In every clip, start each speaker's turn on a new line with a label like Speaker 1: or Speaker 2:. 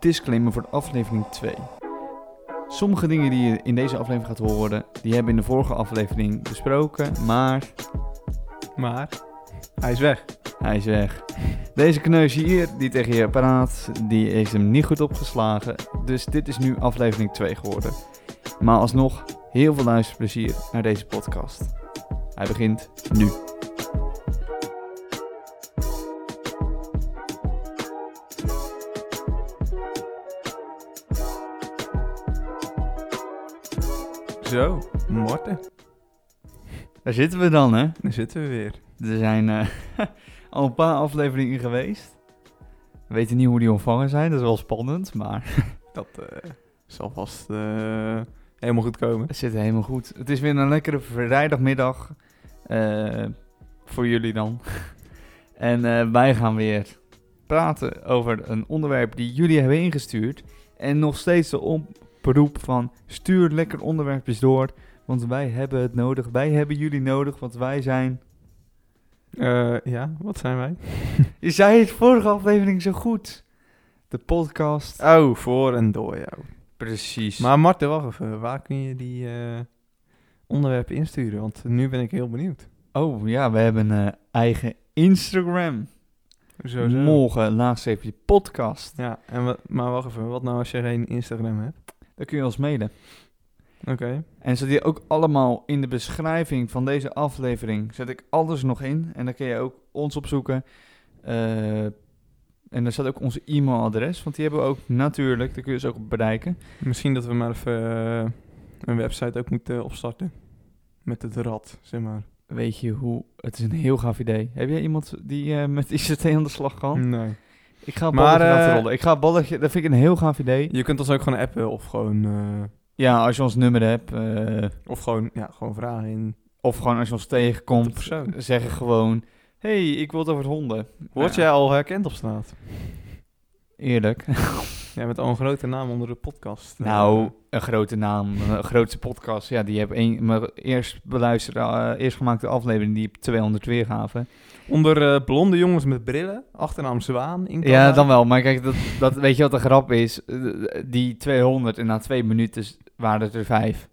Speaker 1: disclaimer voor de aflevering 2. Sommige dingen die je in deze aflevering gaat horen, die hebben we in de vorige aflevering besproken, maar
Speaker 2: Maar hij is weg.
Speaker 1: hij is weg. Deze kneus hier, die tegen je praat, die heeft hem niet goed opgeslagen. Dus dit is nu aflevering 2 geworden. Maar alsnog, heel veel luisterplezier naar deze podcast. Hij begint nu.
Speaker 2: Zo, Morten.
Speaker 1: Daar zitten we dan, hè?
Speaker 2: Daar zitten we weer.
Speaker 1: Er zijn eh, al een paar afleveringen geweest. We weten niet hoe die ontvangen zijn, dat is wel spannend, maar
Speaker 2: Dat eh, zal vast eh, helemaal goed komen.
Speaker 1: het zit helemaal goed. Het is weer een lekkere vrijdagmiddag eh, voor jullie dan. En eh, wij gaan weer praten over een onderwerp die jullie hebben ingestuurd. En nog steeds de oproep van stuur lekker onderwerpjes door, want wij hebben het nodig. Wij hebben jullie nodig, want wij zijn...
Speaker 2: Eh, ja, wat zijn wij?
Speaker 1: Je zei het vorige aflevering zo goed. De podcast.
Speaker 2: Oh, voor en door jou.
Speaker 1: Precies.
Speaker 2: Maar Marten, wacht even. Waar kun je die eh, onderwerpen insturen? Want nu ben ik heel benieuwd.
Speaker 1: Oh ja, we hebben een eh, eigen Instagram.
Speaker 2: Zo,
Speaker 1: Morgen laatst even je podcast.
Speaker 2: Ja, en wat, maar wacht even. Wat nou als je geen Instagram hebt?
Speaker 1: Daar kun je ons mailen.
Speaker 2: Oké.
Speaker 1: En zet je ook allemaal in de beschrijving van deze aflevering. Zet ik alles nog in. En dan kun je ook ons opzoeken. Eh, en daar staat ook onze e-mailadres. Want die hebben we ook natuurlijk. Daar kun je ze ook op bereiken.
Speaker 2: Misschien dat we maar even eh, een website ook moeten opstarten. Met het rad, zeg maar.
Speaker 1: Weet je hoe? Het is een heel gaaf idee. Heb jij iemand die eh, met ICT aan de slag kan?
Speaker 2: Nee.
Speaker 1: Ik ga
Speaker 2: Hmm. Maar,
Speaker 1: balletje laten
Speaker 2: eh,
Speaker 1: rollen. Ik ga balletje. Dat vind ik een heel gaaf idee.
Speaker 2: Je kunt ons ook gewoon appen of gewoon... eh,
Speaker 1: Ja, als je ons nummer hebt. eh,
Speaker 2: Of gewoon, ja, gewoon vragen in.
Speaker 1: Of gewoon als je ons
Speaker 2: De
Speaker 1: tegenkomt,
Speaker 2: persoon.
Speaker 1: zeggen gewoon... hey, ik wil het over honden.
Speaker 2: Word
Speaker 1: Ja.
Speaker 2: jij al herkend op straat?
Speaker 1: Eerlijk.
Speaker 2: Jij bent al een grote naam onder de podcast. Eh,
Speaker 1: Nou, een grote naam, een grootste podcast. Ja, die heb één, mijn eerst beluisterde, eh, eerst gemaakte aflevering, die heb 200 weergaven.
Speaker 2: onder eh, blonde jongens met brillen, achternaam Zwaan. In
Speaker 1: Ja, dan wel. Maar kijk, dat, dat, weet je wat de grap is? Eh, Die 200 en na twee minuten waren het er vijf.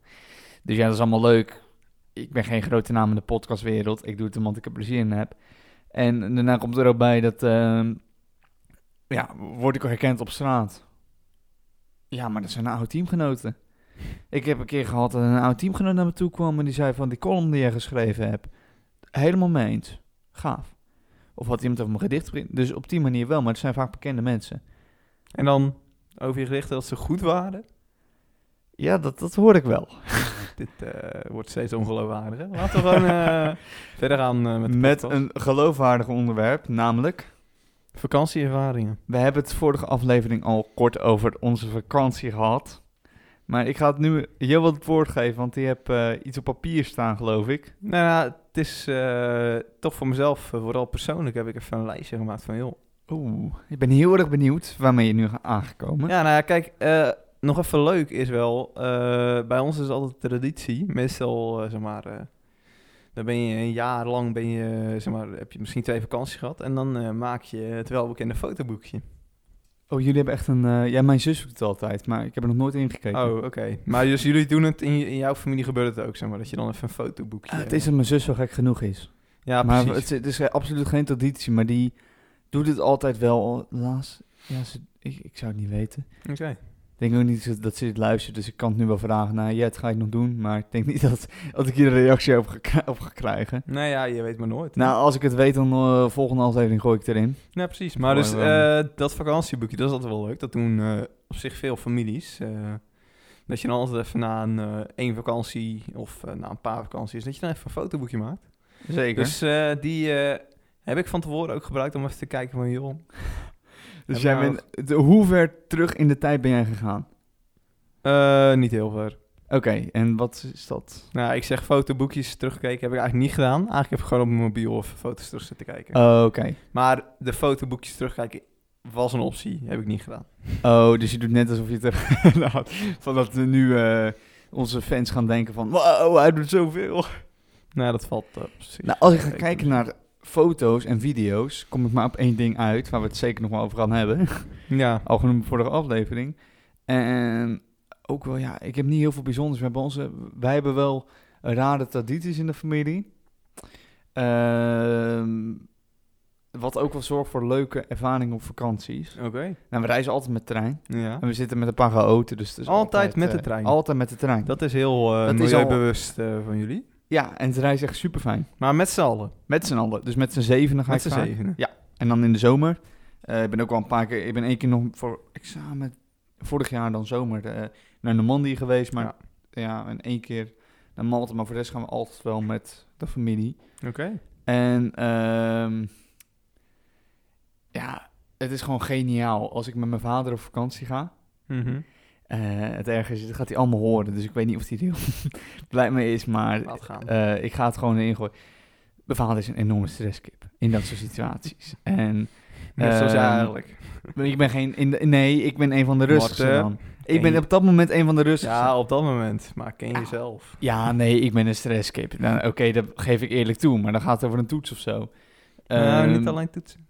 Speaker 1: Dus ja, dat is allemaal leuk. Ik ben geen grote naam in de podcastwereld. Ik doe het omdat ik er plezier in heb. En daarna komt er ook bij dat... ehm, ja, word ik al herkend op straat? Ja, maar dat zijn oud-teamgenoten. Ik heb een keer gehad dat een oud-teamgenoot naar me toe kwam... en die zei van die column die jij geschreven hebt... helemaal mee eens. Gaaf. Of had iemand over mijn gedicht begint. Dus op die manier wel, maar het zijn vaak bekende mensen.
Speaker 2: En dan over je gerichten dat ze goed waren.
Speaker 1: Ja, dat, dat hoor ik wel.
Speaker 2: Dit eh, wordt steeds ongeloofwaardiger. Laten we gewoon eh, verder gaan eh, met,
Speaker 1: Met,
Speaker 2: de podcast.
Speaker 1: een geloofwaardig onderwerp, namelijk...
Speaker 2: vakantieervaringen.
Speaker 1: We hebben het vorige aflevering al kort over onze vakantie gehad. Maar ik ga het nu heel wat het woord geven, want die heb eh, iets op papier staan, geloof ik.
Speaker 2: Nou ja, het is eh, toch voor mezelf, eh, vooral persoonlijk, heb ik even een lijstje gemaakt van joh.
Speaker 1: Oeh, ik ben heel erg benieuwd waarmee je nu gaat aangekomen.
Speaker 2: Ja, nou ja, kijk, eh, nog even leuk is wel, eh, bij ons is het altijd traditie, meestal eh, zeg maar, eh, dan ben je een jaar lang, ben je, zeg maar, heb je misschien twee vakanties gehad en dan eh, maak je het welbekende fotoboekje.
Speaker 1: Oh, jullie hebben echt een... eh, ja, mijn zus doet het altijd, maar ik heb er nog nooit in gekeken. Ah,
Speaker 2: Oh, oké. Maar dus jullie doen het, in, je- in jouw familie gebeurt het ook, zeg maar, dat je dan even een fotoboekje...
Speaker 1: Ah, het is dat mijn zus zo gek genoeg is.
Speaker 2: Ja,
Speaker 1: maar
Speaker 2: precies.
Speaker 1: het, is- het is absoluut geen traditie, maar die doet het altijd wel. Laatst, ja, ze, ik, ik zou het niet weten.
Speaker 2: Oké.
Speaker 1: Ik denk ook niet dat- dat ze dit luistert, dus ik kan het nu wel vragen. Nou, ja, het ga ik nog doen, maar ik denk niet dat, dat ik hier een reactie op ga, kri- op ga krijgen.
Speaker 2: Nou ja, je weet maar nooit.
Speaker 1: Nou, als ik het weet, dan eh, volgende aflevering gooi ik het erin.
Speaker 2: Nou, precies. Maar dus
Speaker 1: Mooi wel.
Speaker 2: eh, dat vakantieboekje, dat is altijd wel leuk. Dat doen eh, op zich veel families. eh, dat je dan altijd even na een eh, één vakantie of eh, na een paar vakanties, dat je dan even een fotoboekje maakt.
Speaker 1: Zeker. Dus,
Speaker 2: Dus eh, die eh, heb ik van tevoren ook gebruikt om even te kijken van, joh,
Speaker 1: dus
Speaker 2: hebben
Speaker 1: jij
Speaker 2: we nou
Speaker 1: bent, de- hoe ver terug in de tijd ben jij gegaan?
Speaker 2: eh, niet heel ver.
Speaker 1: Oké, en wat is dat?
Speaker 2: Nou, ik zeg fotoboekjes terugkijken heb ik eigenlijk niet gedaan. Eigenlijk heb ik gewoon op mijn mobiel even foto's terug zitten kijken.
Speaker 1: Oh, Oké.
Speaker 2: Maar de fotoboekjes terugkijken was een optie, heb ik niet gedaan.
Speaker 1: Oh, dus je doet net alsof je het hebt gedaan. Van dat we nu eh, onze fans gaan denken van... Wow, hij doet zoveel.
Speaker 2: Nou, dat valt eh, op zich.
Speaker 1: Nou, als ik ga
Speaker 2: Ik-
Speaker 1: kijken naar foto's en video's kom ik maar op één ding uit, waar we het zeker nog wel over gaan hebben.
Speaker 2: Ja.
Speaker 1: Al genoemd voor de aflevering. En ook wel, ja, ik heb niet heel veel bijzonders. We hebben onze, wij hebben wel rare tradities in de familie. Ehm, wat ook wel zorgt voor leuke ervaringen op vakanties.
Speaker 2: Oké.
Speaker 1: Nou, we reizen altijd met de trein.
Speaker 2: Ja.
Speaker 1: En we zitten met een paar geoten, dus het is
Speaker 2: Altijd met de
Speaker 1: eh,
Speaker 2: trein.
Speaker 1: altijd met de trein.
Speaker 2: Dat is heel eh
Speaker 1: Dat is al-
Speaker 2: milieubewust eh, van jullie.
Speaker 1: Ja, en het reis echt super fijn.
Speaker 2: Maar met z'n allen.
Speaker 1: Met z'n allen. Dus met z'n zevenen ga
Speaker 2: Met
Speaker 1: ik
Speaker 2: z'n
Speaker 1: vaak.
Speaker 2: zevenen.
Speaker 1: En dan in de zomer. Eh, ik ben ook al een paar keer. Ik ben één keer nog voor examen. Vorig jaar dan zomer eh, naar Normandië geweest. Maar ja.
Speaker 2: Ja.
Speaker 1: en één keer naar Malta. Maar voor de rest gaan we altijd wel met de familie.
Speaker 2: Oké.
Speaker 1: En ehm, ja, het is gewoon geniaal. Als ik met mijn vader op vakantie ga.
Speaker 2: Mhm.
Speaker 1: eh, het ergste is, dat gaat hij allemaal horen. Dus ik weet niet of hij er heel blij mee is. Maar
Speaker 2: Laat gaan.
Speaker 1: eh, ik ga het gewoon erin gooien. Mijn vader is een enorme stresskip in dat soort situaties. En
Speaker 2: Net zoals
Speaker 1: ehm,
Speaker 2: jij eigenlijk.
Speaker 1: maar Ik ben geen. In de- nee, ik ben een van de rustigste
Speaker 2: Marten,
Speaker 1: dan. Ik
Speaker 2: ken
Speaker 1: ben
Speaker 2: je-
Speaker 1: op dat moment een van de rustigste. Ja,
Speaker 2: Ja, op dat moment. Maar ken jezelf.
Speaker 1: nee, ik ben een stresskip. Nou, Oké, dat geef ik eerlijk toe, maar dan gaat het over een toets of zo.
Speaker 2: nou,
Speaker 1: Ehm,
Speaker 2: niet alleen toetsen.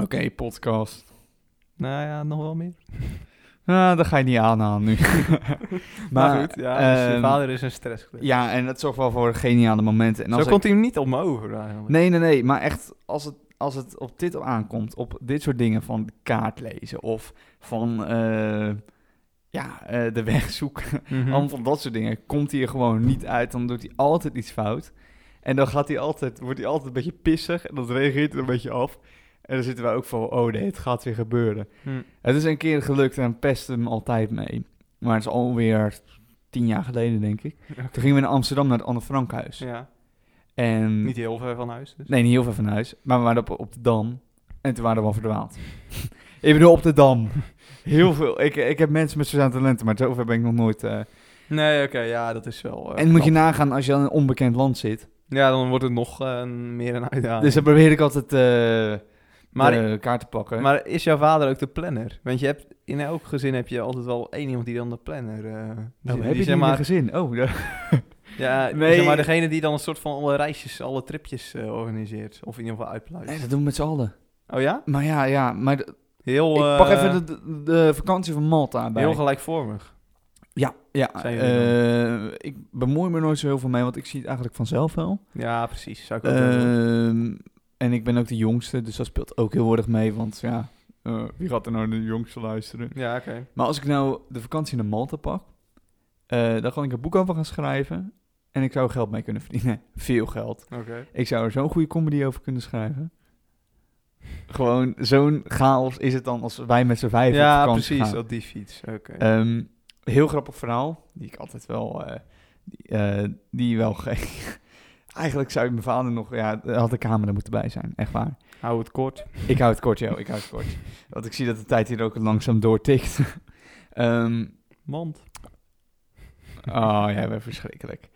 Speaker 1: Oké, podcast.
Speaker 2: Nou ja, nog wel meer.
Speaker 1: Nou, dat ga je niet aanhalen nu.
Speaker 2: Maar, goed, ja, dus je
Speaker 1: ehm,
Speaker 2: vader is een stressclip.
Speaker 1: Ja, en dat zorgt wel voor geniale momenten. En
Speaker 2: Zo
Speaker 1: als ik-
Speaker 2: komt hij hem niet op me over eigenlijk.
Speaker 1: Nee, nee, nee. Maar echt, als het, als het op dit aankomt, op dit soort dingen van de kaart lezen of van eh, ja, eh, de weg zoeken.
Speaker 2: Mhm.
Speaker 1: Allemaal van dat soort dingen. Komt hij er gewoon niet uit, dan doet hij altijd iets fout. En dan gaat hij altijd, wordt hij altijd een beetje pissig en dan reageert hij een beetje af. En dan zitten wij ook van, oh nee, het gaat weer gebeuren.
Speaker 2: Hm.
Speaker 1: Het is een keer gelukt en pesten hem altijd mee. Maar het is alweer tien jaar geleden, denk ik. Toen gingen we naar Amsterdam naar het Anne Frankhuis.
Speaker 2: Ja,
Speaker 1: En,
Speaker 2: niet heel ver van huis dus.
Speaker 1: Nee, niet heel ver van huis. Maar we waren op, op de Dam. En toen waren we al verdwaald. ik bedoel, op de Dam. Heel veel. Ik, ik heb mensen met zo'n talenten, maar zover ben ik nog nooit... eh,
Speaker 2: Nee, oké, ja, dat is wel... eh,
Speaker 1: en moet je
Speaker 2: knap.
Speaker 1: nagaan als je dan in een onbekend land zit.
Speaker 2: Ja, dan wordt het nog eh, meer een uitdaging.
Speaker 1: Dus dan probeer ik altijd eh
Speaker 2: maar,
Speaker 1: de kaart te pakken.
Speaker 2: maar is jouw vader ook de planner? Want je hebt, in elk gezin heb je altijd wel één iemand die dan de planner... eh, die-
Speaker 1: Nou, heb je
Speaker 2: die, zeg
Speaker 1: die maar...
Speaker 2: maar,
Speaker 1: gezin? Oh, ja.
Speaker 2: Ja,
Speaker 1: Nee.
Speaker 2: zeg maar degene die dan een soort van alle reisjes, alle tripjes eh, organiseert. Of in ieder geval uitpluist.
Speaker 1: nee, dat doen we met z'n allen.
Speaker 2: Oh ja?
Speaker 1: Maar ja, ja. Maar d-
Speaker 2: Heel,
Speaker 1: ik pak
Speaker 2: eh,
Speaker 1: even de, de, de vakantie van Malta bij.
Speaker 2: heel gelijkvormig.
Speaker 1: ja, ja.
Speaker 2: Zijn
Speaker 1: eh, ik bemoei me nooit zo heel veel mee, want ik zie het eigenlijk vanzelf wel.
Speaker 2: Ja, precies. Zou ik
Speaker 1: Eh,
Speaker 2: ook wel doen.
Speaker 1: Ehm, en ik ben ook de jongste, dus dat speelt ook heel erg mee. Want ja, eh, wie gaat er nou naar de jongste luisteren?
Speaker 2: Ja, oké.
Speaker 1: Maar als ik nou de vakantie naar Malta pak, eh, dan kan ik een boek over gaan schrijven. En ik zou er geld mee kunnen verdienen. Veel geld.
Speaker 2: Oké.
Speaker 1: Ik zou er zo'n goede comedy over kunnen schrijven. Gewoon zo'n chaos is het dan als wij met z'n vijf op
Speaker 2: Ja,
Speaker 1: vakantie
Speaker 2: precies.
Speaker 1: gaan.
Speaker 2: Op die fiets. Oké.
Speaker 1: Ehm, heel grappig verhaal, die ik altijd wel... eh, die, eh, die wel ge- Eigenlijk zou ik mijn vader nog... Ja, daar had de camera moeten bij zijn, echt waar.
Speaker 2: Hou het kort.
Speaker 1: Ik hou het kort, joh. Ik hou het kort. Want ik zie dat de tijd hier ook langzaam doortikt. Ehm
Speaker 2: Mond.
Speaker 1: Oh ja, we verschrikkelijk.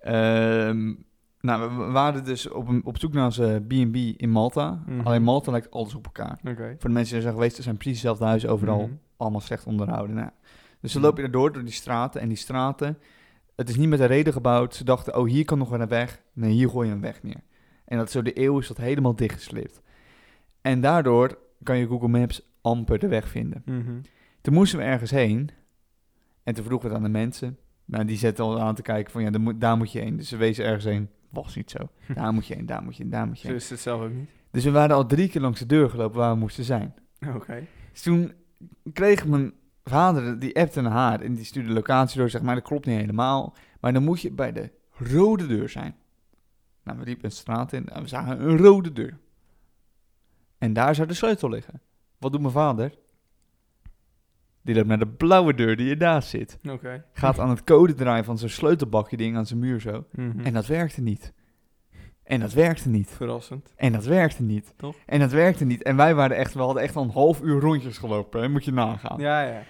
Speaker 1: Ehm, nou, we- we waren dus op, een, op zoek naar onze B&B in Malta.
Speaker 2: Mhm.
Speaker 1: Alleen Malta lijkt alles op elkaar.
Speaker 2: Oké.
Speaker 1: Voor de mensen die er zijn geweest, er zijn precies hetzelfde huizen overal.
Speaker 2: Mhm.
Speaker 1: Allemaal slecht onderhouden. Nou, dus dan
Speaker 2: Mhm.
Speaker 1: loop je erdoor, door die straten. En die straten, het is niet met een reden gebouwd. Ze dachten, oh, hier kan nog wel een weg. Nee, hier gooi je een weg neer. En dat is door de eeuw is dat helemaal dichtgeslipt. En daardoor kan je Google Maps amper de weg vinden.
Speaker 2: Mhm.
Speaker 1: Toen moesten we ergens heen. En toen vroegen we het aan de mensen. Nou, die zetten al aan te kijken van, ja, daar moet, daar moet je heen. Dus ze wezen ergens heen. Was niet zo. Daar moet je heen, daar moet je heen, daar moet je
Speaker 2: Zo
Speaker 1: heen.
Speaker 2: is het zelf ook niet.
Speaker 1: Dus we waren al drie keer langs de deur gelopen waar we moesten zijn.
Speaker 2: Oké.
Speaker 1: Dus toen kreeg mijn vader, die appte naar haar en die stuurde de locatie door. Zeg maar, dat klopt niet helemaal. Maar dan moet je bij de rode deur zijn. Nou, we liepen een straat in en we zagen een rode deur. En daar zou de sleutel liggen. Wat doet mijn vader? Die loopt naar de blauwe deur die ernaast zit.
Speaker 2: Oké.
Speaker 1: Gaat aan het code draaien van zo'n sleutelbakje ding aan zijn muur zo.
Speaker 2: Mhm.
Speaker 1: En dat werkte niet. En dat werkte niet.
Speaker 2: Verrassend.
Speaker 1: En dat werkte niet.
Speaker 2: Toch?
Speaker 1: En dat werkte niet. En wij waren echt, we hadden echt al een half uur rondjes gelopen. Hè? Moet je nagaan.
Speaker 2: Ja, ja.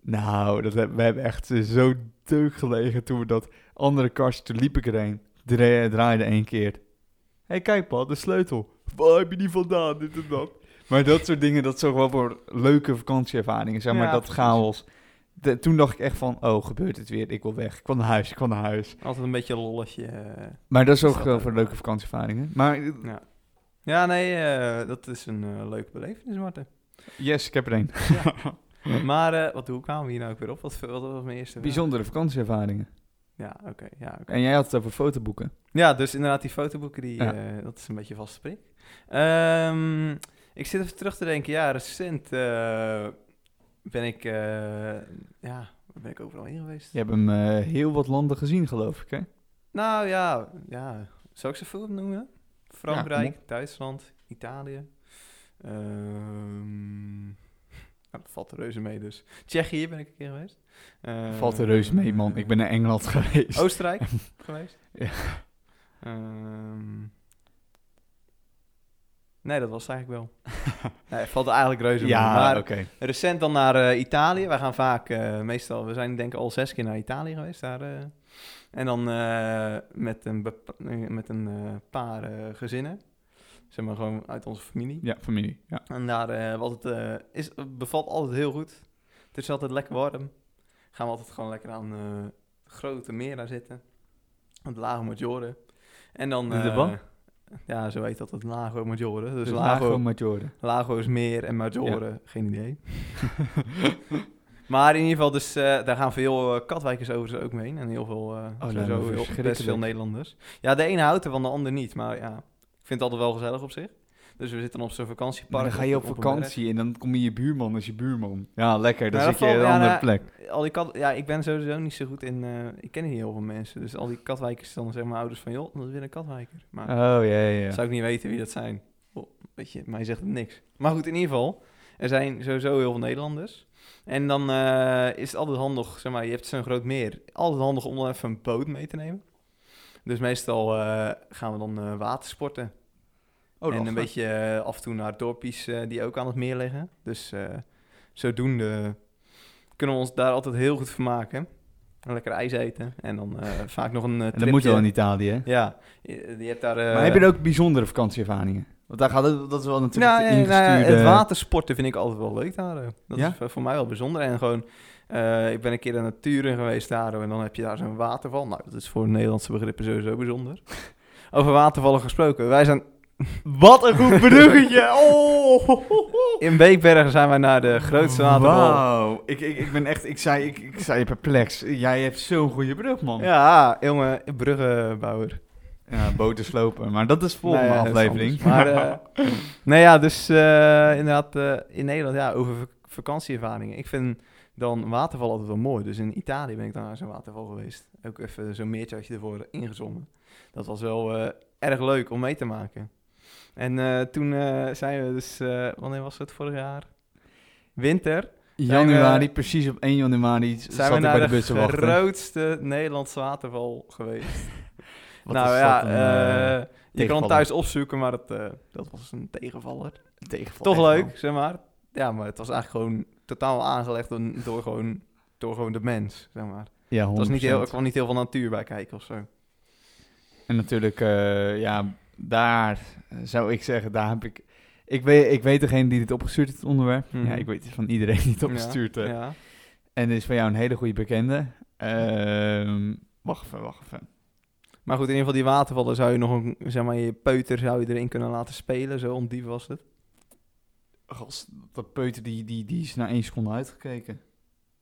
Speaker 1: Nou, dat, heb- we hebben echt zo deuk gelegen toen we dat andere kastje, toen liep ik erheen, dra- draaide één keer. Hé, hey, kijk Paul, de sleutel. Waar heb je die vandaan, dit en dat. Maar dat soort dingen, dat zorgt wel voor leuke vakantieervaringen, zeg maar,
Speaker 2: Ja,
Speaker 1: dat
Speaker 2: precies.
Speaker 1: chaos. De- toen dacht ik echt van, oh, gebeurt het weer, ik wil weg, ik wil naar huis, ik wil naar huis.
Speaker 2: Altijd een beetje een lolletje. eh.
Speaker 1: Maar dat zorgt
Speaker 2: Is dat
Speaker 1: wel
Speaker 2: ook
Speaker 1: voor
Speaker 2: wel.
Speaker 1: leuke vakantieervaringen. Maar eh,
Speaker 2: Ja. Ja, nee, eh, dat is een eh, leuke belevenis, Marten.
Speaker 1: Yes, ik heb er één.
Speaker 2: Maar eh, wat, hoe kwamen we hier nou ook weer op? Wat, wat was mijn eerste vraag?
Speaker 1: Bijzondere vakantieervaringen.
Speaker 2: Ja, oké. ja, oké.
Speaker 1: En jij had het over fotoboeken.
Speaker 2: ja, dus inderdaad, die fotoboeken, die,
Speaker 1: Ja.
Speaker 2: eh, dat is een beetje vaste prik. Ehm, ik zit even terug te denken. Ja, recent eh, ben ik... eh, ja, waar ben ik overal heen geweest?
Speaker 1: Je hebt hem eh, heel wat landen gezien, geloof ik, hè?
Speaker 2: Nou ja, ja, zou ik ze veel noemen?
Speaker 1: Ja,
Speaker 2: Frankrijk,
Speaker 1: kom
Speaker 2: Duitsland, Italië. Ehm, nou, dat valt er reuze mee dus. Tsjechië ben ik een keer geweest. Eh, Oh,
Speaker 1: Valt er reuze mee, man. Ik ben naar Engeland geweest.
Speaker 2: Oostenrijk geweest.
Speaker 1: Ja.
Speaker 2: Ehm, nee, dat was het eigenlijk wel. nee, valt er eigenlijk reuze mee.
Speaker 1: ja,
Speaker 2: Maar
Speaker 1: oké.
Speaker 2: recent dan naar eh, Italië. Wij gaan vaak, eh, meestal, we zijn denk ik al zes keer naar Italië geweest daar. eh. en dan eh, met een, bepa- eh, met een eh, paar eh, gezinnen. Zeg maar gewoon uit onze familie.
Speaker 1: Ja, familie. Ja.
Speaker 2: En daar eh, was het, eh, is, bevalt altijd heel goed. Het is altijd lekker warm. Gaan we altijd gewoon lekker aan eh, het grote meer daar zitten. Aan het Lago Maggiore. En dan...
Speaker 1: De
Speaker 2: eh,
Speaker 1: wat?
Speaker 2: ja, zo heet dat, het Lago Maggiore. Dus,
Speaker 1: Dus
Speaker 2: Lago,
Speaker 1: Lago Maggiore.
Speaker 2: Lago's Meer en Maggiore, geen idee. maar in ieder geval, dus, eh, daar gaan veel eh, Katwijkers overigens ook mee. heen En heel veel, eh,
Speaker 1: Oh,
Speaker 2: sowieso
Speaker 1: nou,
Speaker 2: heel- best veel
Speaker 1: verschrikkelijk.
Speaker 2: Nederlanders. Ja, de ene houdt er van de ander niet. Maar ja, ik vind het altijd wel gezellig op zich. Dus we zitten op zo'n
Speaker 1: Maar
Speaker 2: vakantiepark.
Speaker 1: dan ga je op
Speaker 2: een berg.
Speaker 1: vakantie en dan kom je je buurman als je buurman. Ja, lekker. Dan
Speaker 2: Nou,
Speaker 1: zit
Speaker 2: dat
Speaker 1: je op
Speaker 2: valt-
Speaker 1: een
Speaker 2: ja,
Speaker 1: andere
Speaker 2: nou,
Speaker 1: plek.
Speaker 2: Al die kat, ja, ik ben sowieso niet zo goed in... eh, ik ken niet heel veel mensen. Dus al die Katwijkers dan zeggen mijn ouders van... joh, dat is weer een Katwijker. Maar
Speaker 1: Oh, ja, ja, ja.
Speaker 2: Zou ik niet weten wie dat zijn. Oh, weet je, mij zegt het niks. Maar goed, in ieder geval, er zijn sowieso heel veel Nederlanders. En dan eh, is het altijd handig, zeg maar, je hebt zo'n groot meer. Altijd handig om dan even een boot mee te nemen. Dus meestal eh, gaan we dan eh watersporten.
Speaker 1: Oh,
Speaker 2: en
Speaker 1: dat
Speaker 2: een
Speaker 1: was-
Speaker 2: beetje eh, af en toe naar dorpjes eh, die ook aan het meer liggen. Dus eh, zodoende kunnen we ons daar altijd heel goed vermaken. Lekker ijs eten. En dan eh, vaak nog een eh,
Speaker 1: En dat moet wel in
Speaker 2: tripje. Eh,
Speaker 1: Italië, hè?
Speaker 2: Ja, je, je hebt daar... eh,
Speaker 1: maar heb je er ook bijzondere vakantieervaringen? Want daar gaat het, dat is wel natuurlijk
Speaker 2: Nou,
Speaker 1: de
Speaker 2: ja, nou ja,
Speaker 1: ingestuurde...
Speaker 2: het watersporten vind ik altijd wel leuk daar. hoor. Dat
Speaker 1: Ja?
Speaker 2: is eh, voor- voor mij wel bijzonder. En gewoon, eh, ik ben een keer in natuur in geweest daar. hoor. En dan heb je daar zo'n waterval. Nou, dat is voor Nederlandse begrippen sowieso bijzonder. Over watervallen gesproken. Wij zijn
Speaker 1: Wat een goed bruggetje! Oh!
Speaker 2: in Beekbergen zijn wij naar de grootste waterval.
Speaker 1: Wauw. Ik, ik, ik ben echt... Ik zei, ik, ik zei perplex. Jij hebt zo'n goede brug, man.
Speaker 2: Ja, jongen, bruggenbouwer.
Speaker 1: Ja, boten slopen. Maar dat is volgende
Speaker 2: Nee, dat is
Speaker 1: aflevering.
Speaker 2: anders. Maar, eh, nee, ja, dus eh, inderdaad, eh, in Nederland, ja, over vak- vakantieervaringen. Ik vind dan waterval altijd wel mooi. Dus in Italië ben ik dan naar zo'n waterval geweest. Ook even zo'n meertje had je ervoor ingezongen. Dat was wel eh, erg leuk om mee te maken. En eh, toen eh, zijn we dus, eh, wanneer was het vorig jaar? Winter. Zijn
Speaker 1: januari, precies op 1 januari
Speaker 2: Zijn
Speaker 1: zat
Speaker 2: we
Speaker 1: ik bij de
Speaker 2: naar
Speaker 1: bus te
Speaker 2: de Nou
Speaker 1: wachten.
Speaker 2: grootste Nederlandse waterval geweest.
Speaker 1: Wat
Speaker 2: nou
Speaker 1: is
Speaker 2: ja,
Speaker 1: dat een,
Speaker 2: eh,
Speaker 1: eh,
Speaker 2: je kan
Speaker 1: tegenvaller.
Speaker 2: hem thuis opzoeken, maar dat, eh, dat was een tegenvaller.
Speaker 1: tegenval.
Speaker 2: Toch
Speaker 1: tegenval.
Speaker 2: leuk, zeg maar. Ja, maar het was eigenlijk gewoon totaal aangelegd door, door gewoon, door gewoon de mens, zeg maar.
Speaker 1: Ja, 100%.
Speaker 2: Het was niet heel, er kwam niet heel veel natuur bij kijken of zo.
Speaker 1: En natuurlijk, eh, ja, daar eh, zou ik zeggen, daar heb ik... Ik weet, ik weet degene die dit opgestuurd heeft, het onderwerp.
Speaker 2: Mhm.
Speaker 1: Ja, ik weet van iedereen die het opgestuurd heeft.
Speaker 2: Ja.
Speaker 1: En dit is van jou een hele goede bekende. Ehm, wacht even, wacht even.
Speaker 2: Maar goed, in ieder geval die watervallen zou je nog een, zeg maar, je peuter zou je erin kunnen laten spelen, zo ondiep was het.
Speaker 1: Gast, dat peuter die, die, die is na één seconde uitgekeken.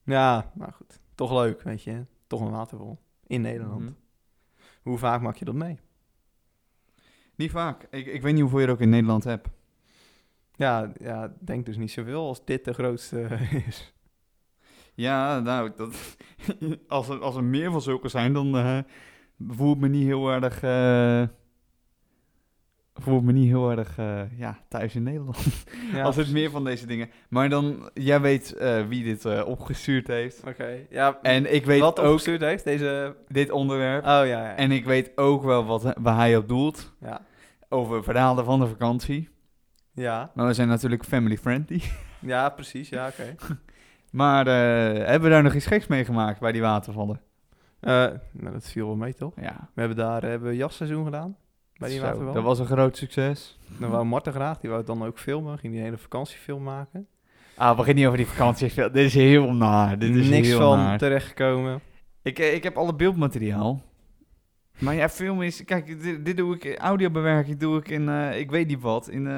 Speaker 2: Ja, maar goed. Toch leuk, weet je. Toch een waterval. In Nederland.
Speaker 1: Mhm.
Speaker 2: Hoe vaak maak je dat mee?
Speaker 1: Niet vaak. Ik, ik weet niet hoeveel je er ook in Nederland hebt.
Speaker 2: Ja, ja, denk dus niet zoveel als dit de grootste is.
Speaker 1: Ja, nou, dat, als, er, als er meer van zulke zijn, dan eh voel ik me niet heel erg... eh, voel ik me niet heel erg eh, ja, thuis in Nederland.
Speaker 2: Ja,
Speaker 1: als er meer van deze dingen... Maar dan, jij weet eh, wie dit eh, opgestuurd heeft.
Speaker 2: Oké, ja.
Speaker 1: En ik weet
Speaker 2: wat
Speaker 1: ook
Speaker 2: opgestuurd heeft deze...
Speaker 1: dit onderwerp.
Speaker 2: Oh ja, ja.
Speaker 1: En ik weet ook wel wat, waar hij op doelt.
Speaker 2: ja.
Speaker 1: Over verhalen van de vakantie.
Speaker 2: Ja,
Speaker 1: Maar we zijn natuurlijk family friendly.
Speaker 2: ja, precies. Ja, oké.
Speaker 1: Maar eh, hebben we daar nog iets geks mee gemaakt bij die watervallen?
Speaker 2: Eh, nou, dat viel wel mee, toch?
Speaker 1: Ja.
Speaker 2: We hebben daar eh, hebben we jasseizoen gedaan. Bij die
Speaker 1: Zo,
Speaker 2: waterval.
Speaker 1: Dat was een groot succes.
Speaker 2: Dan wou Marten graag, die wou het dan ook filmen. Ging die een hele vakantiefilm maken.
Speaker 1: Ah, begin niet over die vakantie. Dit is heel naar. Dit is
Speaker 2: Niks
Speaker 1: heel
Speaker 2: van
Speaker 1: naar.
Speaker 2: terechtgekomen.
Speaker 1: Ik, eh, ik heb alle beeldmateriaal. Maar ja, film is... Kijk, dit, dit doe ik... Audiobewerking doe ik in... eh, ik weet niet wat. In... eh,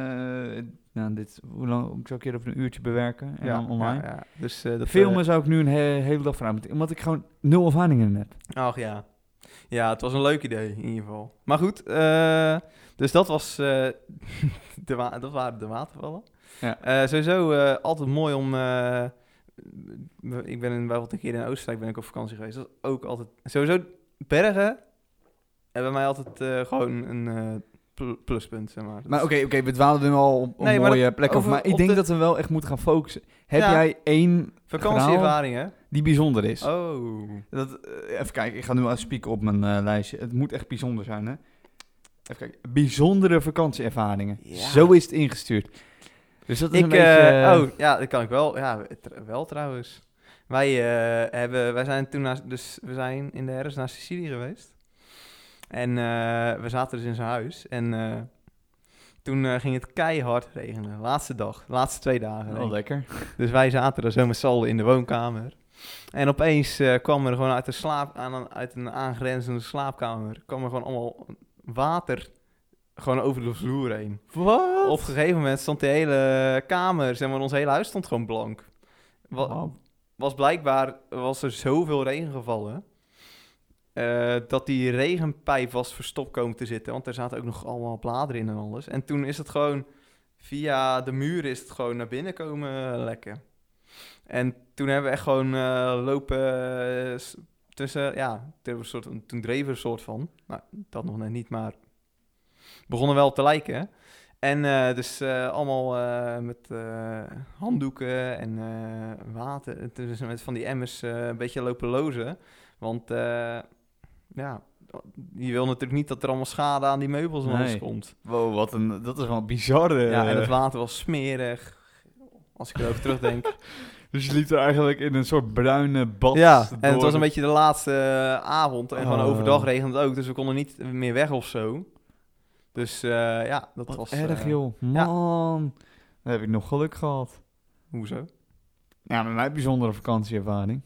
Speaker 1: nou, dit... Hoe lang... Ik zou een keer over een uurtje bewerken. En dan online.
Speaker 2: Ja, ja. Dus, eh dat,
Speaker 1: Filmen
Speaker 2: eh,
Speaker 1: zou ik nu een he- hele dag voor moeten. Omdat ik gewoon nul ervaring in heb.
Speaker 2: ach ja. Ja, het was een leuk idee in ieder geval. Maar goed, eh, dus dat, was, eh, de wa- dat waren de watervallen.
Speaker 1: Ja.
Speaker 2: Eh, sowieso eh, altijd mooi om... eh, ik ben in, bijvoorbeeld een keer in Oostenrijk ben ik op vakantie geweest. Dat is ook altijd... Sowieso bergen hebben mij altijd eh, gewoon een eh, pl- pluspunt, zeg maar. Dat
Speaker 1: Maar
Speaker 2: is-
Speaker 1: oké, oké, we dwalen nu al op, op
Speaker 2: Nee, maar
Speaker 1: mooie
Speaker 2: dat-
Speaker 1: plekken. af,
Speaker 2: over-
Speaker 1: maar ik
Speaker 2: op
Speaker 1: denk
Speaker 2: de-
Speaker 1: dat we wel echt moeten gaan focussen. Heb
Speaker 2: Ja.
Speaker 1: jij één
Speaker 2: Vakantieervaring, hè?
Speaker 1: die bijzonder is?
Speaker 2: Oh.
Speaker 1: Dat, eh, even kijken, ik ga nu aan spieken op mijn eh, lijstje. Het moet echt bijzonder zijn, hè? Even kijken. Bijzondere vakantieervaringen.
Speaker 2: Ja.
Speaker 1: Zo is het ingestuurd. Dus dat is
Speaker 2: Ik,
Speaker 1: een beetje...
Speaker 2: eh,
Speaker 1: eh,
Speaker 2: oh, ja, dat kan ik wel. Ja, tr- wel trouwens. Wij, eh, hebben, wij zijn toen naar, dus we zijn in de herfst naar Sicilië geweest. En eh, we zaten dus in zijn huis. En eh, toen eh, ging het keihard regenen. Laatste dag, laatste twee dagen.
Speaker 1: Wel lekker.
Speaker 2: Dus wij zaten er zo met z'n allen in de woonkamer. En opeens eh, kwam er gewoon uit, de slaap, aan, een- uit een aangrenzende slaapkamer... kwam er gewoon allemaal water gewoon over de vloer heen.
Speaker 1: Wat?
Speaker 2: Op een gegeven moment stond de hele kamer, zeg maar, ons hele huis stond gewoon blank. Wa- Was blijkbaar, was er zoveel regen gevallen, eh, dat die regenpijp was verstopt komen te zitten. Want er zaten ook nog allemaal bladeren in en alles. En toen is het gewoon, via de muren is het gewoon naar binnen komen lekken. En toen hebben we echt gewoon eh, lopen eh, s- tussen, ja, toen, hebben we een soort, van- toen dreven we een soort van. Nou, dat nog net niet, maar begonnen wel op te lijken, hè. En eh, dus eh, allemaal eh, met eh, handdoeken en eh, water. Het is met van die emmers eh, een beetje lopen lozen. Want eh, ja, je wil natuurlijk niet dat er allemaal schade aan die meubels en alles
Speaker 1: Nee.
Speaker 2: komt.
Speaker 1: Wow, wat een... Dat is wel een bizarre...
Speaker 2: Ja, en het water was smerig. Als ik erover terugdenk.
Speaker 1: Dus je liep er eigenlijk in een soort bruine bad
Speaker 2: ja, en het
Speaker 1: door.
Speaker 2: was een beetje de laatste eh, avond. En gewoon
Speaker 1: Oh.
Speaker 2: overdag regende het ook. Dus we konden niet meer weg of zo. Dus eh, ja, dat
Speaker 1: Wat
Speaker 2: was...
Speaker 1: erg,
Speaker 2: eh,
Speaker 1: joh. Man. Dan heb ik nog geluk gehad.
Speaker 2: Hoezo?
Speaker 1: Ja, met mijn bijzondere vakantieervaring.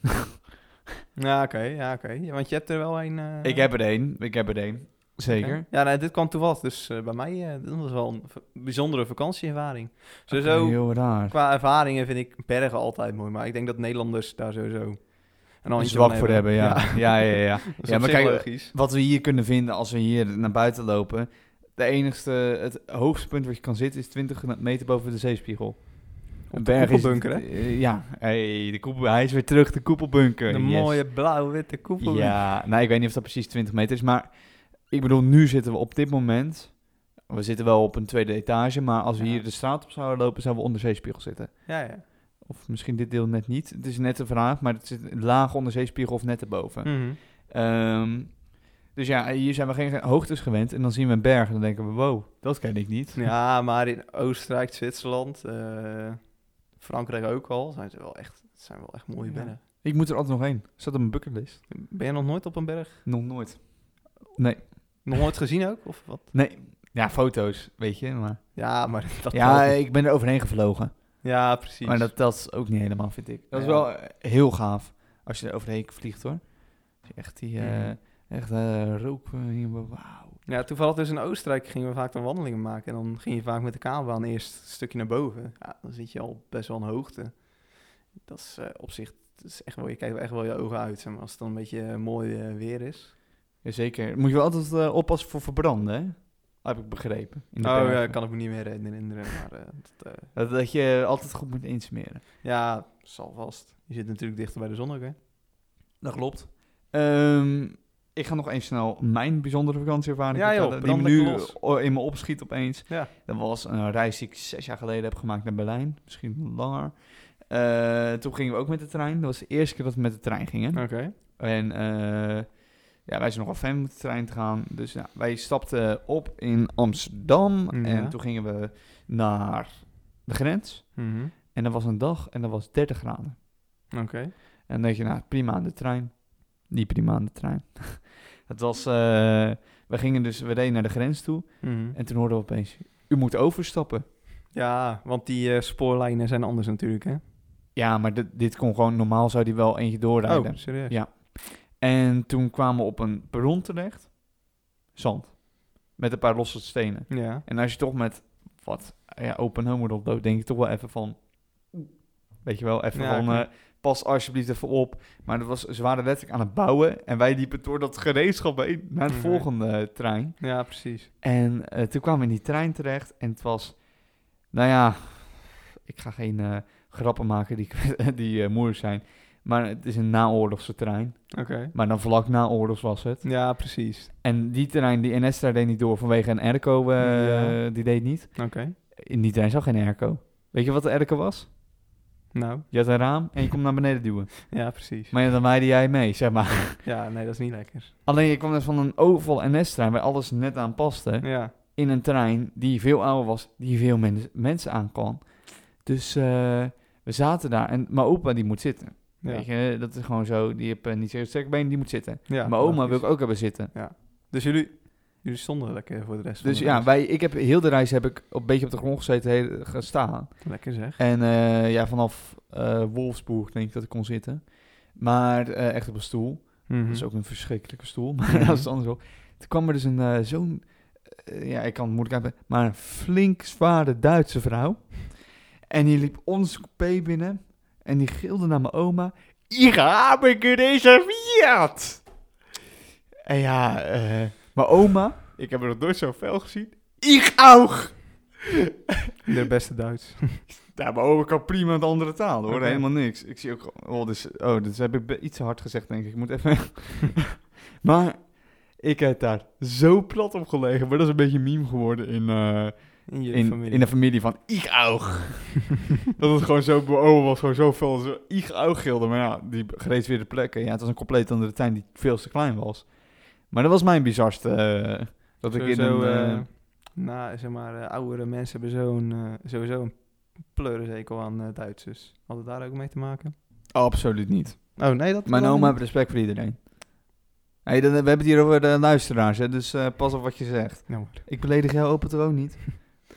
Speaker 2: Ja, oké. ja, oké. Ja, want je hebt er wel een... eh,
Speaker 1: Ik heb er één. Ik heb er één. Zeker.
Speaker 2: Oké. Ja, nee, dit kwam toevallig. Dus eh, bij mij, eh, dit was wel een v- bijzondere vakantieervaring. Sowieso,
Speaker 1: Heel raar.
Speaker 2: qua ervaringen vind ik bergen altijd mooi. Maar ik denk dat Nederlanders daar sowieso een
Speaker 1: Een
Speaker 2: handje
Speaker 1: zwak
Speaker 2: van
Speaker 1: voor hebben, ja.
Speaker 2: Ja,
Speaker 1: Ja, ja, ja. ja.
Speaker 2: dat is
Speaker 1: Ja,
Speaker 2: op
Speaker 1: maar
Speaker 2: zich
Speaker 1: kijk,
Speaker 2: logisch.
Speaker 1: Wat we hier kunnen vinden als we hier naar buiten lopen. De enigste, het hoogste punt waar je kan zitten is 20 meter boven de zeespiegel.
Speaker 2: Op de
Speaker 1: is-
Speaker 2: koepelbunker, hè?
Speaker 1: eh, ja, hey, de koepel, hij is weer terug, de koepelbunker.
Speaker 2: De
Speaker 1: Yes.
Speaker 2: mooie blauw-witte koepel.
Speaker 1: Ja, nou, ik weet niet of dat precies 20 meter is, maar ik bedoel, nu zitten we op dit moment. We zitten wel op een tweede etage, maar als we
Speaker 2: Ja.
Speaker 1: hier de straat op zouden lopen, zouden we onder zeespiegel zitten.
Speaker 2: ja, ja.
Speaker 1: Of misschien dit deel net niet. Het is net een vraag, maar het zit laag onder zeespiegel of net erboven.
Speaker 2: Mhm.
Speaker 1: Ehm, dus ja, hier zijn we geen geen hoogtes gewend. En dan zien we een berg en dan denken we, wow, dat ken ik niet.
Speaker 2: Ja, maar in Oostenrijk, Zwitserland, eh, Frankrijk ook al, zijn ze wel echt, het zijn wel echt mooie
Speaker 1: Ja.
Speaker 2: bergen.
Speaker 1: Ik moet er altijd nog heen. Staat op mijn bucketlist.
Speaker 2: Ben je nog nooit op een berg?
Speaker 1: Nog nooit.
Speaker 2: Nog nooit gezien ook, of wat?
Speaker 1: Nee. Ja, foto's, weet je. Maar...
Speaker 2: Ja, maar dat
Speaker 1: Ja,
Speaker 2: telt niet.
Speaker 1: ik ben er overheen gevlogen.
Speaker 2: ja, precies.
Speaker 1: Maar dat telt ook niet helemaal, vind ik. Dat is
Speaker 2: Ja.
Speaker 1: wel eh, heel gaaf als je er overheen vliegt, hoor. Als je Echt die eh,
Speaker 2: Mhm.
Speaker 1: echt, eh, rook eh, hier, wauw.
Speaker 2: Ja, toevallig dus in Oostenrijk gingen we vaak dan wandelingen maken. En dan ging je vaak met de kabelbaan eerst een stukje naar boven. Ja, dan zit je al best wel een hoogte. Dat is eh, op zich, dat is echt wel, je kijkt wel echt wel je ogen uit. Zeg maar, als het dan een beetje eh, mooi eh, weer is.
Speaker 1: Ja, zeker. Moet je wel altijd eh, oppassen voor verbranden, hè? Heb ik begrepen. In de
Speaker 2: Oh
Speaker 1: bergen.
Speaker 2: ja, ik kan ik me niet meer herinneren. Maar eh, dat, eh,
Speaker 1: dat, dat je altijd goed moet insmeren.
Speaker 2: ja, zal vast. Je zit natuurlijk dichter bij de zon ook, hè?
Speaker 1: Dat klopt. Ehm, ik ga nog even snel mijn bijzondere vakantieervaring
Speaker 2: Ja, joh,
Speaker 1: vertellen. die
Speaker 2: brand
Speaker 1: me nu
Speaker 2: lekker los.
Speaker 1: o- in me opschiet opeens.
Speaker 2: Ja.
Speaker 1: Dat was een reis die ik zes jaar geleden heb gemaakt naar Berlijn. Misschien langer. Eh, toen gingen we ook met de trein. Dat was de eerste keer dat we met de trein gingen.
Speaker 2: Oké.
Speaker 1: En eh, ja, wij zijn nogal fan met de trein te gaan. Dus ja, wij stapten op in Amsterdam.
Speaker 2: Ja.
Speaker 1: En toen gingen we naar de grens.
Speaker 2: Mhm.
Speaker 1: En dat was een dag en dat was 30 graden.
Speaker 2: Oké.
Speaker 1: En dan denk je, nou, prima aan de trein. Niet prima aan de trein. het was, eh, we gingen dus, we reden naar de grens toe.
Speaker 2: Mhm.
Speaker 1: En toen hoorden we opeens, u moet overstappen.
Speaker 2: Ja, want die eh, spoorlijnen zijn anders natuurlijk,
Speaker 1: Oh,
Speaker 2: hè?
Speaker 1: Ja, maar dit, dit kon gewoon, normaal zou die wel eentje doorrijden.
Speaker 2: Oh, serieus?
Speaker 1: Ja. En toen kwamen we op een perron terecht. zand. Met een paar losse stenen.
Speaker 2: Ja.
Speaker 1: En als je toch met wat ja, open homo dood, denk ik toch wel even van. Weet je wel, even
Speaker 2: Ja,
Speaker 1: van.
Speaker 2: ik-
Speaker 1: eh, pas alsjeblieft even op. Maar dat was, ze waren letterlijk aan het bouwen. En wij liepen door dat gereedschap heen naar het
Speaker 2: Mhm.
Speaker 1: volgende eh, trein.
Speaker 2: ja, precies.
Speaker 1: En eh, toen kwamen we in die trein terecht en het was, nou ja, ik ga geen eh, grappen maken die, die eh, moeilijk zijn. Maar het is een naoorlogse trein.
Speaker 2: Oké.
Speaker 1: Maar dan vlak naoorlogs was het.
Speaker 2: Ja, precies.
Speaker 1: En die trein, die NS-trein deed niet door vanwege een airco. eh, Die deed niet.
Speaker 2: Oké.
Speaker 1: In die trein zag geen airco. Weet je wat de airco was?
Speaker 2: Nou,
Speaker 1: Je had een raam en je kon naar beneden duwen.
Speaker 2: ja, precies.
Speaker 1: Maar ja, dan waaide jij mee, zeg maar.
Speaker 2: Ja, nee, dat is niet lekker.
Speaker 1: Alleen je kwam dus van een overvol NS-trein waar alles net aan paste.
Speaker 2: Ja.
Speaker 1: in een trein die veel ouder was, die veel men- mensen aan kan. Dus eh, we zaten daar en mijn opa die moet zitten.
Speaker 2: Ja.
Speaker 1: Weet je, dat is gewoon zo. Die heeft eh, niet zo'n sterke been, die moet zitten.
Speaker 2: ja
Speaker 1: mijn oma wil
Speaker 2: logisch.
Speaker 1: ik ook hebben zitten.
Speaker 2: Dus jullie, jullie stonden lekker voor de rest
Speaker 1: Dus
Speaker 2: van
Speaker 1: ja,
Speaker 2: de reis.
Speaker 1: wij, ik heb heel de reis heb ik op- een beetje op de grond gezeten, heel- gestaan.
Speaker 2: Lekker zeg.
Speaker 1: En eh, ja, vanaf eh Wolfsburg denk ik dat ik kon zitten. Maar eh, echt op een stoel.
Speaker 2: Mhm.
Speaker 1: Dat is ook een verschrikkelijke stoel, maar dat is andersom. Toen kwam er dus een eh, zo'n, eh, ja, ik kan het moeilijk hebben, maar een flink zware Duitse vrouw. En die liep ons coupé binnen en die gilde naar mijn oma. Ik heb een gereserveerd! En ja, eh, mijn oma, ik heb haar nog nooit zo fel gezien. Ik ook!
Speaker 2: De beste Duits.
Speaker 1: Ja, mijn oma kan prima met andere taal hoor,
Speaker 2: Oké.
Speaker 1: helemaal niks. Ik zie ook, gewoon- oh, dus, oh, dus heb ik be- iets te hard gezegd denk ik. Ik moet even... maar ik heb daar zo plat op gelegen, maar dat is een beetje een meme geworden in, eh,
Speaker 2: In je
Speaker 1: in,
Speaker 2: familie.
Speaker 1: in de familie van ik oog. dat het gewoon zo, mijn oma was gewoon zo veel zo ik oog gilde. Maar ja, die reed weer de plekken. Ja, het was een compleet andere tuin die veel te klein was. Maar dat was mijn bizarste, eh, dat ik in
Speaker 2: Sowieso,
Speaker 1: een... eh,
Speaker 2: eh, nou, zeg maar, eh, oudere mensen hebben zo'n, eh, sowieso een pleurenzekel aan eh, Duitsers. Had het daar ook mee te maken?
Speaker 1: absoluut niet.
Speaker 2: Oh, nee, dat...
Speaker 1: Mijn
Speaker 2: wel
Speaker 1: oma
Speaker 2: niet.
Speaker 1: heeft respect voor iedereen. Hey, dan, we hebben het hier over de luisteraars, hè, dus eh, pas op wat je zegt.
Speaker 2: Nou,
Speaker 1: Ik beledig jouw open toch ook niet?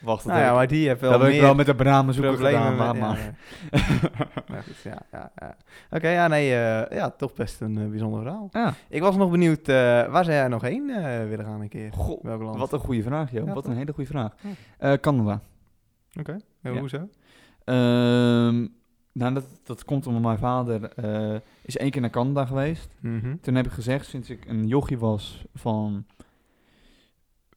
Speaker 1: Wacht,
Speaker 2: nou ja, maar die heeft wel
Speaker 1: dat heb ik
Speaker 2: meer
Speaker 1: wel met de bramen zoeken
Speaker 2: problemen
Speaker 1: gedaan, laat
Speaker 2: met-
Speaker 1: maar.
Speaker 2: ja, maar- maar goed, ja, ja, ja. Oké, ja, nee, eh, ja, toch best een eh, bijzonder verhaal.
Speaker 1: Ja.
Speaker 2: Ik was nog benieuwd, eh, waar zou jij nog heen eh, willen gaan een keer?
Speaker 1: Goh,
Speaker 2: Welk land?
Speaker 1: wat een goede vraag, joh.
Speaker 2: Ja,
Speaker 1: wat
Speaker 2: toch?
Speaker 1: een hele goede vraag.
Speaker 2: Ja.
Speaker 1: Eh, Canada.
Speaker 2: Eh,
Speaker 1: ja.
Speaker 2: Hoezo?
Speaker 1: Ehm, nou, dat, dat komt omdat mijn vader eh, is één keer naar Canada geweest.
Speaker 2: Mhm.
Speaker 1: Toen heb ik gezegd, sinds ik een jochie was van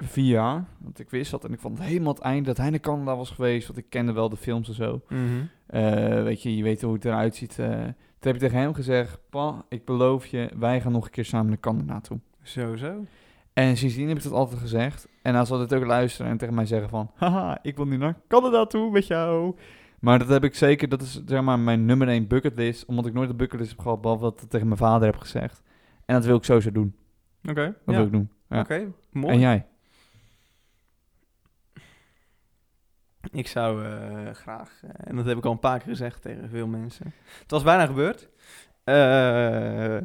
Speaker 1: vier jaar, want ik wist dat en ik vond het helemaal het eind dat hij naar Canada was geweest, want ik kende wel de films en zo.
Speaker 2: Mhm.
Speaker 1: Eh, weet je, je weet hoe het eruit ziet. eh. toen heb ik tegen hem gezegd, pa, ik beloof je, wij gaan nog een keer samen naar Canada toe.
Speaker 2: Sowieso.
Speaker 1: En sindsdien heb ik dat altijd gezegd. En hij zal dit ook luisteren en tegen mij zeggen van, haha, ik wil nu naar Canada toe met jou. Maar dat heb ik zeker, dat is zeg maar mijn nummer één bucketlist, omdat ik nooit een bucketlist heb gehad, behalve dat ik dat tegen mijn vader heb gezegd. En dat wil ik sowieso doen.
Speaker 2: Oké.
Speaker 1: Dat
Speaker 2: Ja.
Speaker 1: wil ik doen. Ja.
Speaker 2: Oké, mooi.
Speaker 1: En jij?
Speaker 2: Ik zou eh, graag, eh, en dat heb ik al een paar keer gezegd tegen veel mensen. Het was bijna gebeurd. Eh,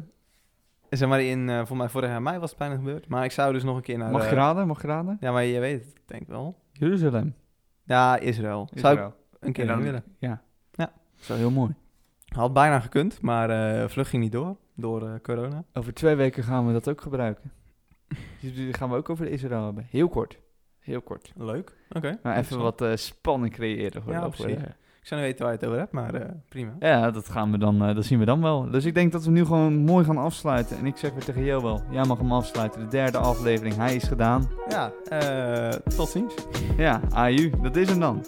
Speaker 2: zeg maar, in, eh voor mij vorig jaar mei was het bijna gebeurd. Maar ik zou dus nog een keer naar...
Speaker 1: Mag je
Speaker 2: eh,
Speaker 1: raden? Mag je raden?
Speaker 2: Ja, maar je weet het, ik denk wel.
Speaker 1: Jeruzalem.
Speaker 2: Ja, Israël. Zou ik een keer
Speaker 1: En dan-
Speaker 2: heen willen.
Speaker 1: Ja.
Speaker 2: Ja.
Speaker 1: Dat is wel heel mooi.
Speaker 2: Had bijna gekund, maar eh vlucht ging niet door. Door eh, corona.
Speaker 1: Over twee weken gaan we dat ook gebruiken. Dus die gaan we ook over Israël hebben. Heel kort. Heel kort.
Speaker 2: Leuk. Oké.
Speaker 1: Maar Nou, even
Speaker 2: interessant.
Speaker 1: wat eh, spanning creëren. Voor
Speaker 2: Ja,
Speaker 1: de- voor
Speaker 2: precies.
Speaker 1: de-
Speaker 2: Ik zou niet weten waar je het over hebt, maar eh, prima.
Speaker 1: ja, dat gaan we dan. eh, dat zien we dan wel. Dus ik denk dat we nu gewoon mooi gaan afsluiten. En ik zeg weer tegen jou wel. Jij mag hem afsluiten. De derde aflevering. Hij is gedaan.
Speaker 2: Ja, eh, tot ziens.
Speaker 1: Ja, AU. Dat is hem dan.